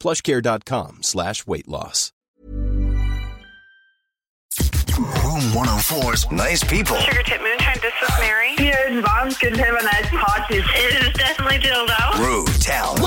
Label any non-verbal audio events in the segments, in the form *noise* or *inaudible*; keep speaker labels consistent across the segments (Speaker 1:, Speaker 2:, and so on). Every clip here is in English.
Speaker 1: plushcare.com slash weight loss.
Speaker 2: Room 104's nice people.
Speaker 3: Sugar Tip Moonshine, this is Mary.
Speaker 4: Your mom could have a nice party.
Speaker 3: It is definitely dildo.
Speaker 2: Rude towns.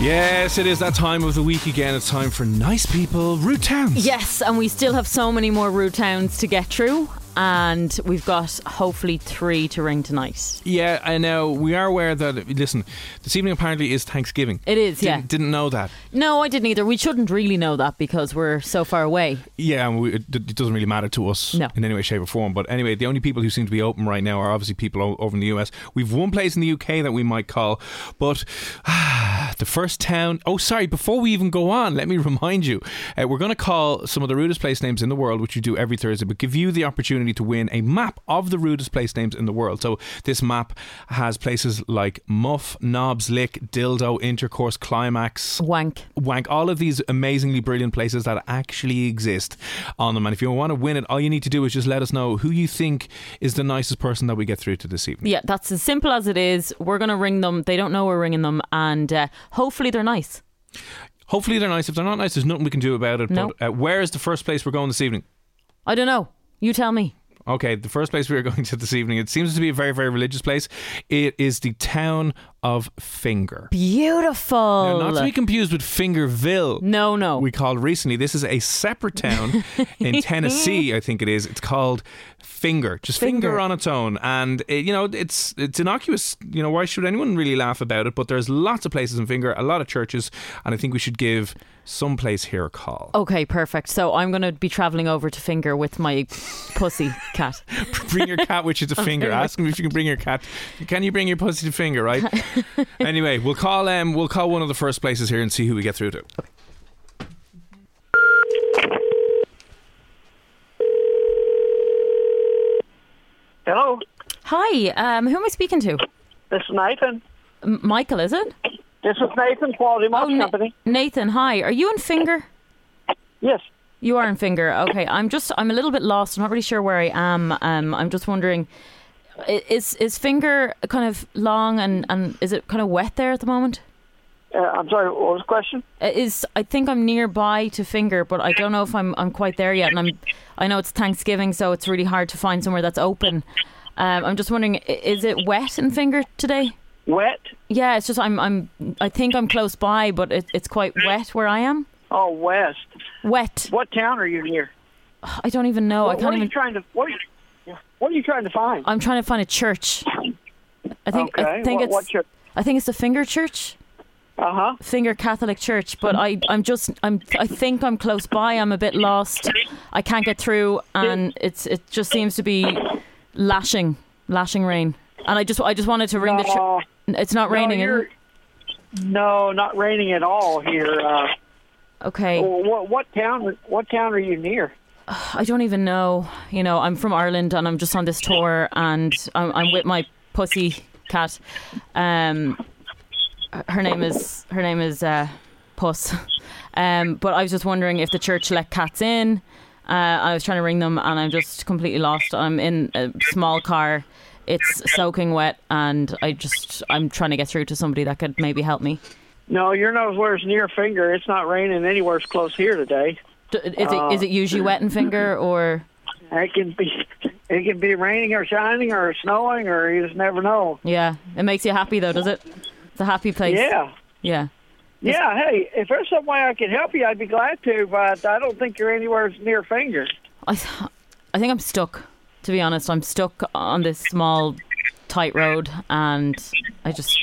Speaker 5: Yes, it is that time of the week again. It's time for nice people, root towns.
Speaker 6: Yes, and we still have so many more route towns to get through, and we've got hopefully three to ring tonight.
Speaker 5: Yeah, I know. We are aware that. Listen, this evening apparently is Thanksgiving.
Speaker 6: It is,
Speaker 5: Didn't-
Speaker 6: yeah.
Speaker 5: Didn't know that.
Speaker 6: No, I didn't either. We shouldn't really know that because we're so far away.
Speaker 5: Yeah, and we, it, it doesn't really matter to us
Speaker 6: No.
Speaker 5: in any way, shape, or form. But anyway, the only people who seem to be open right now are obviously people o- over in the US. We've one place in the UK that we might call, but ah, the first town. Oh, sorry. Before we even go on, let me remind you, uh, we're going to call some of the rudest place names in the world, which you do every Thursday, but give you the opportunity to win a map of the rudest place names in the world. So this map has places like Muff, Knobs, Lick, Dildo, Intercourse, Climax,
Speaker 6: Wank.
Speaker 5: wank all of these amazingly brilliant places that actually exist on them and if you want to win it all you need to do is just let us know who you think is the nicest person that we get through to this evening
Speaker 6: Yeah, that's as simple as it is. We're going to ring them. They don't know we're ringing them, and uh, hopefully they're nice.
Speaker 5: hopefully they're nice if they're not nice there's nothing we can do about it
Speaker 6: No.
Speaker 5: but uh, where is the first place we're going this evening
Speaker 6: I don't know. You tell me.
Speaker 5: Okay, the first place we are *laughs* going to this evening, it seems to be a very, very religious place. It is the town of Finger. Now,
Speaker 6: Beautiful.
Speaker 5: not to be confused with Fingerville.
Speaker 6: no, no.
Speaker 5: we called recently. This is a separate town *laughs* in Tennessee, I think it is. It's called Finger, just Finger,
Speaker 6: Finger.
Speaker 5: on its own, and it, you know it's it's innocuous. You know why should anyone really laugh about it? But there's lots of places in Finger, a lot of churches, and I think we should give some place here a call.
Speaker 6: Okay, perfect. So I'm going to be travelling over to Finger with my pussy
Speaker 5: *laughs*
Speaker 6: cat.
Speaker 5: *laughs* bring your cat, which is *laughs* a finger. Ask him if you can bring your cat. Can you bring your pussy to Finger? *laughs* Right. anyway, we'll call um we'll call one of the first places here and see who we get through to.
Speaker 4: Hello,
Speaker 6: Hi, um, who am I speaking to?
Speaker 4: this is Nathan.
Speaker 6: M- Michael, is it?
Speaker 4: This is Nathan Quality Moss
Speaker 6: Oh, Na-
Speaker 4: Company.
Speaker 6: Nathan, hi. Are you in Finger?
Speaker 4: Yes.
Speaker 6: You are in Finger. Okay, I'm just I'm a little bit lost. I'm not really sure where I am. Um, I'm just wondering, i- is is Finger kind of long and and is it kind of wet there at the moment?
Speaker 4: Uh, I'm sorry, what was the question?
Speaker 6: Uh, Is I think I'm nearby to Finger, but I don't know if I'm I'm quite there yet. And I'm I know it's Thanksgiving, so it's really hard to find somewhere that's open. Um, I'm just wondering, i- is it wet in Finger today?
Speaker 4: Wet?
Speaker 6: Yeah, it's just I'm I'm I think I'm close by, but it, it's quite wet where I am.
Speaker 4: Oh, west.
Speaker 6: Wet.
Speaker 4: What town are you near?
Speaker 6: I don't even know. Oh, I
Speaker 4: what
Speaker 6: can't
Speaker 4: are
Speaker 6: even.
Speaker 4: you trying to? What are you, what are you trying to find?
Speaker 6: I'm trying to find a church. I think
Speaker 4: okay.
Speaker 6: I think
Speaker 4: what,
Speaker 6: it's
Speaker 4: what's your?
Speaker 6: I think it's the Finger Church,
Speaker 4: Uh huh.
Speaker 6: Finger Catholic Church. But I I'm just I'm I think I'm close by. I'm a bit lost. I can't get through, and it's it just seems to be lashing lashing rain. And I just I just wanted to ring the
Speaker 4: No.
Speaker 6: church. It's not raining.
Speaker 4: uh, no,
Speaker 6: is
Speaker 4: you're-
Speaker 6: it?
Speaker 4: no, not raining at all here. Uh,
Speaker 6: Okay.
Speaker 4: what, what town? What town are you near?
Speaker 6: I don't even know. You know, I'm from Ireland and I'm just on this tour and I'm, I'm with my pussy cat. Um, her name is her name is uh, Puss. Um, but I was just wondering if the church let cats in. Uh, I was trying to ring them and I'm just completely lost. I'm in a small car. It's soaking wet and I just I'm trying to get through to somebody that could maybe help me.
Speaker 4: No, you're not where's near finger. It's not raining anywhere's close here today.
Speaker 6: D- Is it is it usually wet and finger or
Speaker 4: It can be, it can be raining or shining or snowing or you just never know.
Speaker 6: yeah? It makes you happy though, does it? It's a happy place.
Speaker 4: Yeah.
Speaker 6: Yeah.
Speaker 4: Yeah, hey, if there's some way I can help you, I'd be glad to, but I don't think you're anywhere near finger.
Speaker 6: I, th- I think I'm stuck. To be honest, I'm stuck on this small, tight road, and I just,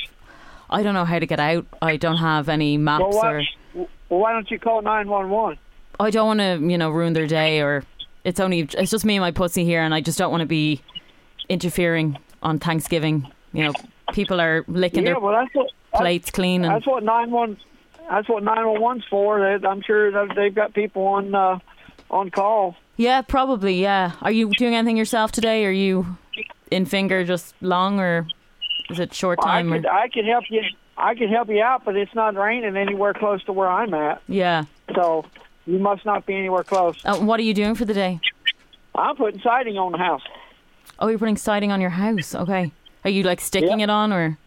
Speaker 6: I don't know how to get out. I don't have any maps
Speaker 4: Well, why,
Speaker 6: or.
Speaker 4: well, why don't you call 911?
Speaker 6: I don't want to, you know, ruin their day or it's only it's just me and my pussy here and I just don't want to be interfering on Thanksgiving. You know, people are licking
Speaker 4: Yeah,
Speaker 6: their
Speaker 4: well, that's what
Speaker 6: plates clean and
Speaker 4: That's what nine one. That's what nine one one's for. They- I'm sure that they've got people on uh, on call.
Speaker 6: Yeah, probably, yeah. Are you doing anything yourself today? Are you in finger just long or is it short
Speaker 4: I
Speaker 6: time or
Speaker 4: could uh, I could help you. I could help you out, but it's not raining anywhere close to where I'm at.
Speaker 6: Yeah.
Speaker 4: So you must not be anywhere close.
Speaker 6: Uh, what are you doing for the day?
Speaker 4: I'm putting siding on the house.
Speaker 6: Oh, you're putting siding on your house. Okay. Are you like sticking
Speaker 4: Yeah.
Speaker 6: it on or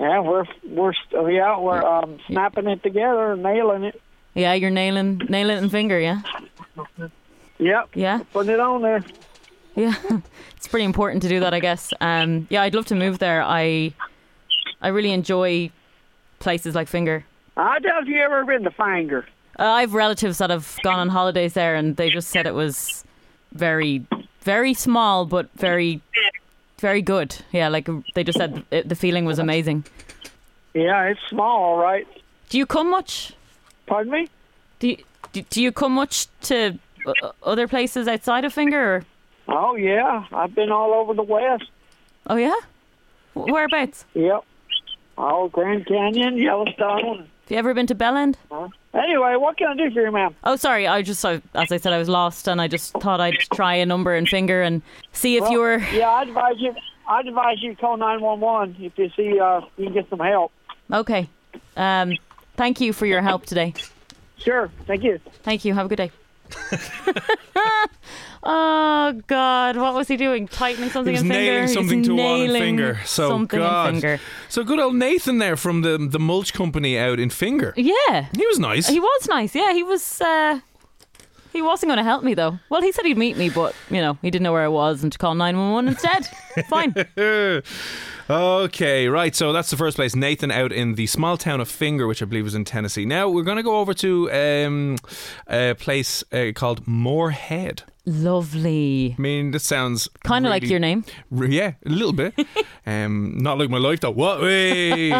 Speaker 4: Yeah, we're we're st- yeah we're um, snapping it together and nailing it.
Speaker 6: Yeah, you're nailing nailing it in finger, yeah?
Speaker 4: Yep,
Speaker 6: Yeah.
Speaker 4: putting it on there.
Speaker 6: Yeah, *laughs* it's pretty important to do that, I guess. Um, yeah, I'd love to move there. I I really enjoy places like Finger.
Speaker 4: I doubt if you ever been to Finger.
Speaker 6: Uh, I have relatives that have gone on holidays there, and they just said it was very, very small, but very, very good. Yeah, like they just said it, the feeling was amazing.
Speaker 4: Yeah, it's small, all right?
Speaker 6: Do you come much?
Speaker 4: Pardon me.
Speaker 6: Do you, do, do you come much to uh, other places outside of Finger? Or?
Speaker 4: Oh yeah, I've been all over the West.
Speaker 6: Oh yeah, Wh- whereabouts?
Speaker 4: Yep. Oh, Grand Canyon, Yellowstone.
Speaker 6: Have you ever been to Bellend?
Speaker 4: Anyway, what can I do for you, ma'am?
Speaker 6: Oh, sorry. I just, I, as I said, I was lost, and I just thought I'd try a number and finger and see if you were.
Speaker 4: Yeah, I advise you. I advise you call nine one one if you see uh, you can get some help.
Speaker 6: Okay. Um, thank you for your help today.
Speaker 4: Sure, thank you.
Speaker 6: Thank you. Have a good day. *laughs* oh God, what was he doing? Tightening
Speaker 5: He
Speaker 6: something
Speaker 5: was
Speaker 6: in finger.
Speaker 5: nailing
Speaker 6: He's
Speaker 5: something to one
Speaker 6: nailing
Speaker 5: finger. So
Speaker 6: something in
Speaker 5: God.
Speaker 6: finger.
Speaker 5: So good old Nathan there from the the mulch company out in Finger.
Speaker 6: Yeah,
Speaker 5: He was nice.
Speaker 6: he was nice. Yeah, he was. Uh, he wasn't going to help me though. Well, he said he'd meet me, but you know, he didn't know where I was, and to call nine one
Speaker 5: *laughs*
Speaker 6: one instead. Fine.
Speaker 5: Okay, right. So that's the first place. Nathan out in the small town of Finger, which I believe is in Tennessee. Now we're going to go over to um, a place uh, called Moorhead.
Speaker 6: Lovely.
Speaker 5: I mean, this sounds
Speaker 6: Kind of like
Speaker 5: really-
Speaker 6: your name.
Speaker 5: Re- Yeah, a little
Speaker 6: *laughs*
Speaker 5: bit. um, not like my life though. What? Hey.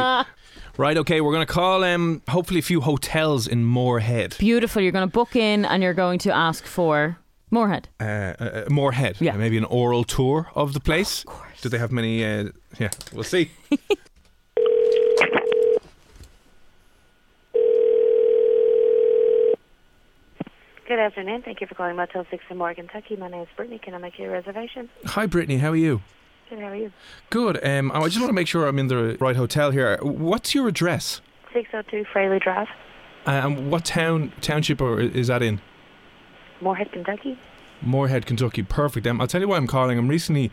Speaker 5: right. Okay, we're going to call um, hopefully a few hotels in Moorhead.
Speaker 6: beautiful. You're going to book in and you're going to ask for Moorhead.
Speaker 5: Uh, uh, Moorhead.
Speaker 6: Yeah.
Speaker 5: Maybe an oral tour of the place. Of course. Do they have many? Uh, yeah, we'll see.
Speaker 7: *laughs* Good afternoon. Thank you for calling Motel 6 in Morgan, Kentucky. My name is Brittany. Can I make you a reservation?
Speaker 5: Hi, Brittany. How are you?
Speaker 7: Good, how are you?
Speaker 5: Good. Um, I just want to make sure I'm in the right hotel here. What's your address?
Speaker 7: 602 Fraley Drive,
Speaker 5: Uh, and what town township or is that in?
Speaker 7: Moorhead, Kentucky.
Speaker 5: Moorhead, Kentucky. Perfect. Um, I'll tell you why I'm calling. I'm recently.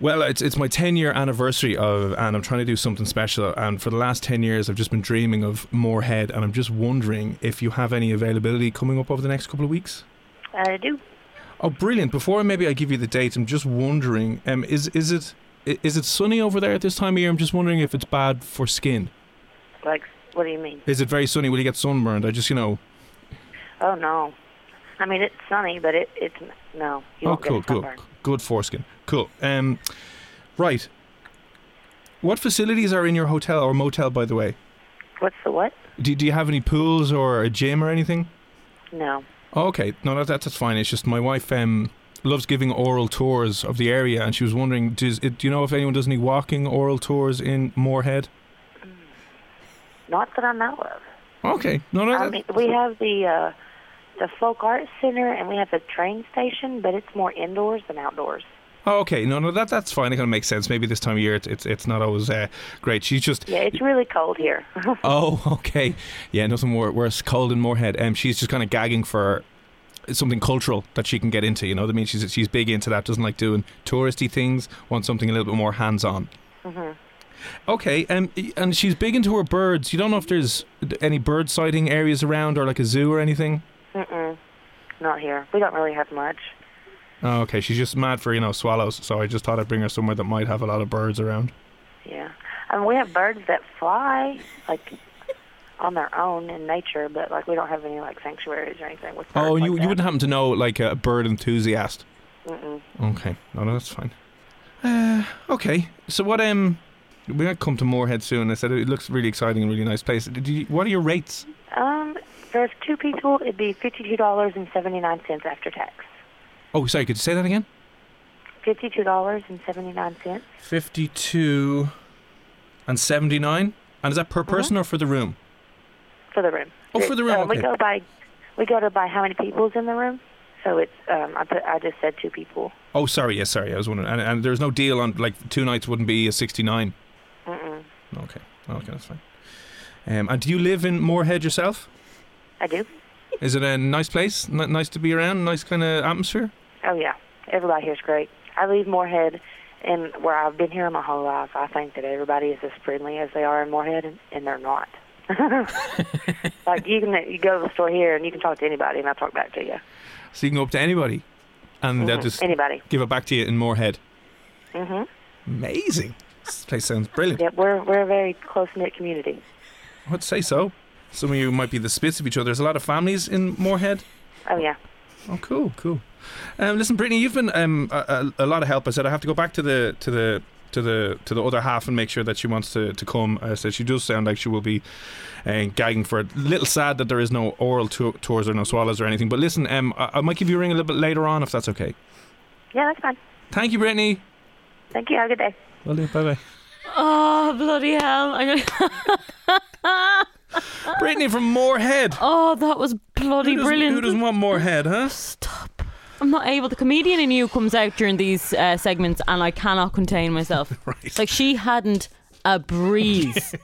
Speaker 5: Well, it's it's my 10 year anniversary of, and I'm trying to do something special. And for the last 10 years, I've just been dreaming of Moorhead, and I'm just wondering if you have any availability coming up over the next couple of weeks.
Speaker 7: I do.
Speaker 5: Oh, brilliant! Before maybe I give you the date, I'm just wondering, um, is is it i- is it sunny over there at this time of year? I'm just wondering if it's bad for skin.
Speaker 7: Like, what do you mean?
Speaker 5: Is it very sunny? Will you get sunburned? I just, you know.
Speaker 7: Oh, no. I mean, it's sunny, but it, it's, no. You
Speaker 5: oh,
Speaker 7: won't
Speaker 5: cool,
Speaker 7: get
Speaker 5: cool,
Speaker 7: sunburned.
Speaker 5: good foreskin. Cool. Um, right. What facilities are in your hotel or motel, by the way?
Speaker 7: What's the what?
Speaker 5: Do, do you have any pools or a gym or anything?
Speaker 7: No.
Speaker 5: Oh, okay, no, that, that's that's fine. It's just my wife um loves giving oral tours of the area, and she was wondering, does it, do you know if anyone does any walking oral tours in Moorhead?
Speaker 7: Not that I know of.
Speaker 5: Okay, no, no,
Speaker 7: I
Speaker 5: that-
Speaker 7: mean, we have the, uh, the Folk Arts Center and we have the train station, but it's more indoors than outdoors.
Speaker 5: oh, okay, no, no, that that's fine. It kind of makes sense. Maybe this time of year, it's it's, it's not always uh, great. She's just
Speaker 7: Yeah, it's really cold here. *laughs*
Speaker 5: Oh, *laughs* okay. Yeah, nothing more worse. Cold in Moorhead. Um, she's just kind of gagging for something cultural that she can get into. You know what I mean? She's she's big into that. Doesn't like doing touristy things. Wants something a little bit more hands on. Okay. Um, and she's big into her birds. You don't know if there's any bird sighting areas around or like a zoo or anything.
Speaker 7: Mm-mm. Not here. We don't really have much.
Speaker 5: Oh, okay. She's just mad for you know swallows. So I just thought I'd bring her somewhere that might have a lot of birds around.
Speaker 7: Yeah. I mean, we have birds that fly. Like, on their own in nature, but like we don't have any like sanctuaries or anything with.
Speaker 5: Oh,
Speaker 7: birds
Speaker 5: and you,
Speaker 7: like
Speaker 5: you
Speaker 7: that.
Speaker 5: wouldn't happen to know like a bird enthusiast.
Speaker 7: Mm-mm.
Speaker 5: Okay, no, no, that's fine. Uh, okay, so what? Um, we might come to Moorhead soon. I said it looks really exciting and really nice place. Did you, what are your rates?
Speaker 7: Um, for two people, it'd be fifty-two dollars and seventy-nine cents after tax.
Speaker 5: Oh, sorry, could you say that again?
Speaker 7: Fifty-two dollars and seventy-nine cents.
Speaker 5: Fifty-two and seventy-nine. And is that per
Speaker 7: Mm-hmm.
Speaker 5: person or for the room?
Speaker 7: For the room.
Speaker 5: Oh, for the room,
Speaker 7: Um,
Speaker 5: okay.
Speaker 7: We go by, we go to by how many people's in the room. So it's um, I put I just said two people.
Speaker 5: Oh, sorry, yes, sorry, I was wondering. And, and there's no deal on like two nights wouldn't be a sixty-nine.
Speaker 7: Mm-mm.
Speaker 5: Okay, okay, that's fine. Um, and do you live in Moorhead yourself?
Speaker 7: I do.
Speaker 5: Is it a nice place? N- nice to be around? Nice kind of atmosphere?
Speaker 7: Oh yeah, everybody here's great. I leave Moorhead, and where I've been here my whole life, I think that everybody is as friendly as they are in Moorhead, and, and they're not. *laughs* like you can you go to the store here and you can talk to anybody, and I'll talk back to you.
Speaker 5: So you can go up to anybody and they'll
Speaker 7: Mhm.
Speaker 5: just
Speaker 7: anybody.
Speaker 5: give it back to you in Moorhead.
Speaker 7: hmm
Speaker 5: Amazing. This place sounds brilliant.
Speaker 7: Yeah, we're we're a very close knit community.
Speaker 5: I'd say so. Some of you might be the spits of each other. There's a lot of families in Moorhead.
Speaker 7: Oh yeah.
Speaker 5: Oh, cool, cool. Um, listen, Brittany, you've been um, a, a, a lot of help. I said I have to go back to the to the to the to the other half and make sure that she wants to to come. I said she does sound like she will be uh, gagging for it. Little sad that there is no oral tou- tours or no swallows or anything. But listen, um, I, I might give you a ring a little bit later on if that's okay.
Speaker 7: Yeah, that's fine.
Speaker 5: Thank you, Brittany.
Speaker 7: Thank you. Have a good day.
Speaker 5: Well, bye bye.
Speaker 6: Oh bloody hell! I'm gonna, *laughs*
Speaker 5: Brittany from Moorhead.
Speaker 6: oh, that was bloody
Speaker 5: Who doesn't-
Speaker 6: brilliant.
Speaker 5: Who doesn't want more head, huh?
Speaker 6: Stop. I'm not able. The comedian in you comes out during these uh, segments, and I cannot contain myself.
Speaker 5: *laughs* Right.
Speaker 6: Like she hadn't
Speaker 5: *laughs*
Speaker 6: a breeze.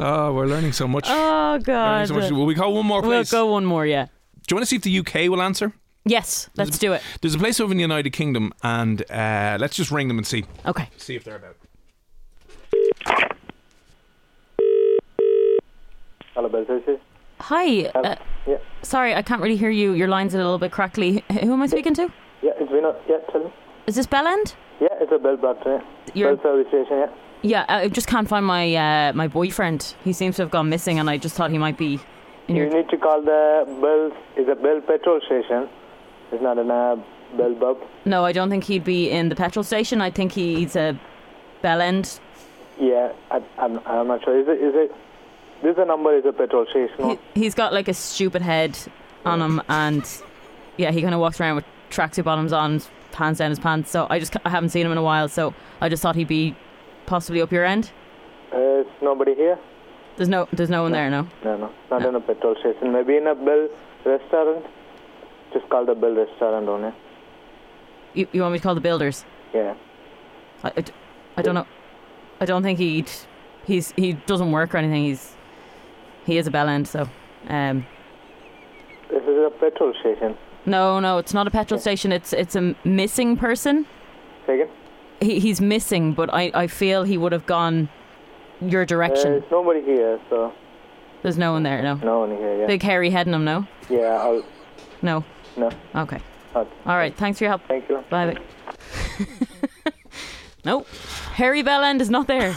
Speaker 5: Oh, we're learning so much.
Speaker 6: oh
Speaker 5: Learning
Speaker 6: god.
Speaker 5: so much. Will we call one more,
Speaker 6: we'll
Speaker 5: please?
Speaker 6: go one more. Yeah.
Speaker 5: Do you want to see if the UK will answer?
Speaker 6: Yes. Let's do it.
Speaker 5: There's a place over in the United Kingdom, and uh, let's just ring them and see
Speaker 6: Okay.
Speaker 5: see if they're about.
Speaker 8: Hello, Bell Services.
Speaker 6: Hi. Uh,
Speaker 8: Yeah,
Speaker 6: sorry, I can't really hear you. Your line's a little bit crackly. H- Who am I speaking to?
Speaker 8: yeah, it's Vinod. Yeah, tell me.
Speaker 6: Is this Bellend?
Speaker 8: Yeah, it's a Bell Brompton. Yeah.
Speaker 6: You're-
Speaker 8: Bell Service Station. Yeah.
Speaker 6: Yeah. I just can't find my uh, my boyfriend. He seems to have gone missing, and I just thought he might be in
Speaker 8: You
Speaker 6: your.
Speaker 8: need to call the Bell. It's a Bell petrol station. It's not an uh, Bell Bob.
Speaker 6: No, I don't think he'd be in the petrol station. I think he's a Bellend.
Speaker 8: Yeah, I, I'm. I'm not sure. Is it? Is it? This number is a petrol station.
Speaker 6: He, he's got like a stupid head on him, and yeah, he kind of walks around with tracksuit bottoms on, pants down his pants. So I just ca- I haven't seen him in a while, so I just thought he'd be possibly up your end.
Speaker 8: Uh, it's nobody here.
Speaker 6: There's no, there's no one there, no.
Speaker 8: No, no, not in a petrol station. Maybe in a Bell restaurant. Just call the Bell restaurant only.
Speaker 6: You, you want me to call the builders?
Speaker 8: Yeah.
Speaker 6: I, I d- I don't know. I don't think he'd. He's he doesn't work or anything. He's he is a bell end, so. Um,
Speaker 8: This is a petrol station.
Speaker 6: no, no, it's not a petrol station. It's it's a missing person.
Speaker 8: Second.
Speaker 6: He, he's missing, but I, I feel he would have gone your
Speaker 8: Uh,
Speaker 6: direction.
Speaker 8: it's nobody here, so
Speaker 6: There's no one there, no.
Speaker 8: no one here. Yeah.
Speaker 6: Big hairy head in him, no?
Speaker 8: Yeah. I'll,
Speaker 6: No.
Speaker 8: no.
Speaker 6: Okay.
Speaker 8: Okay.
Speaker 6: All right. Thanks for your help.
Speaker 8: Thank you.
Speaker 6: Bye. Bye. *laughs* nope. Harry Bellend is not there.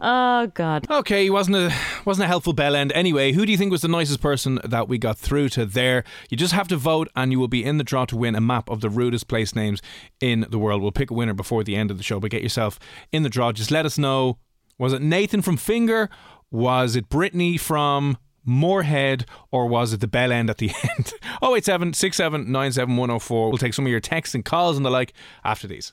Speaker 6: oh, God.
Speaker 5: Okay, wasn't a wasn't a helpful bell end. Anyway, who do you think was the nicest person that we got through to there? You just have to vote, and you will be in the draw to win a map of the rudest place names in the world. We'll pick a winner before the end of the show, but get yourself in the draw. Just let us know. Was it Nathan from Finger? Was it Brittany from Moorhead? Or was it the bell end at the *laughs* end? 087 6797104. We'll take some of your texts and calls and the like after these.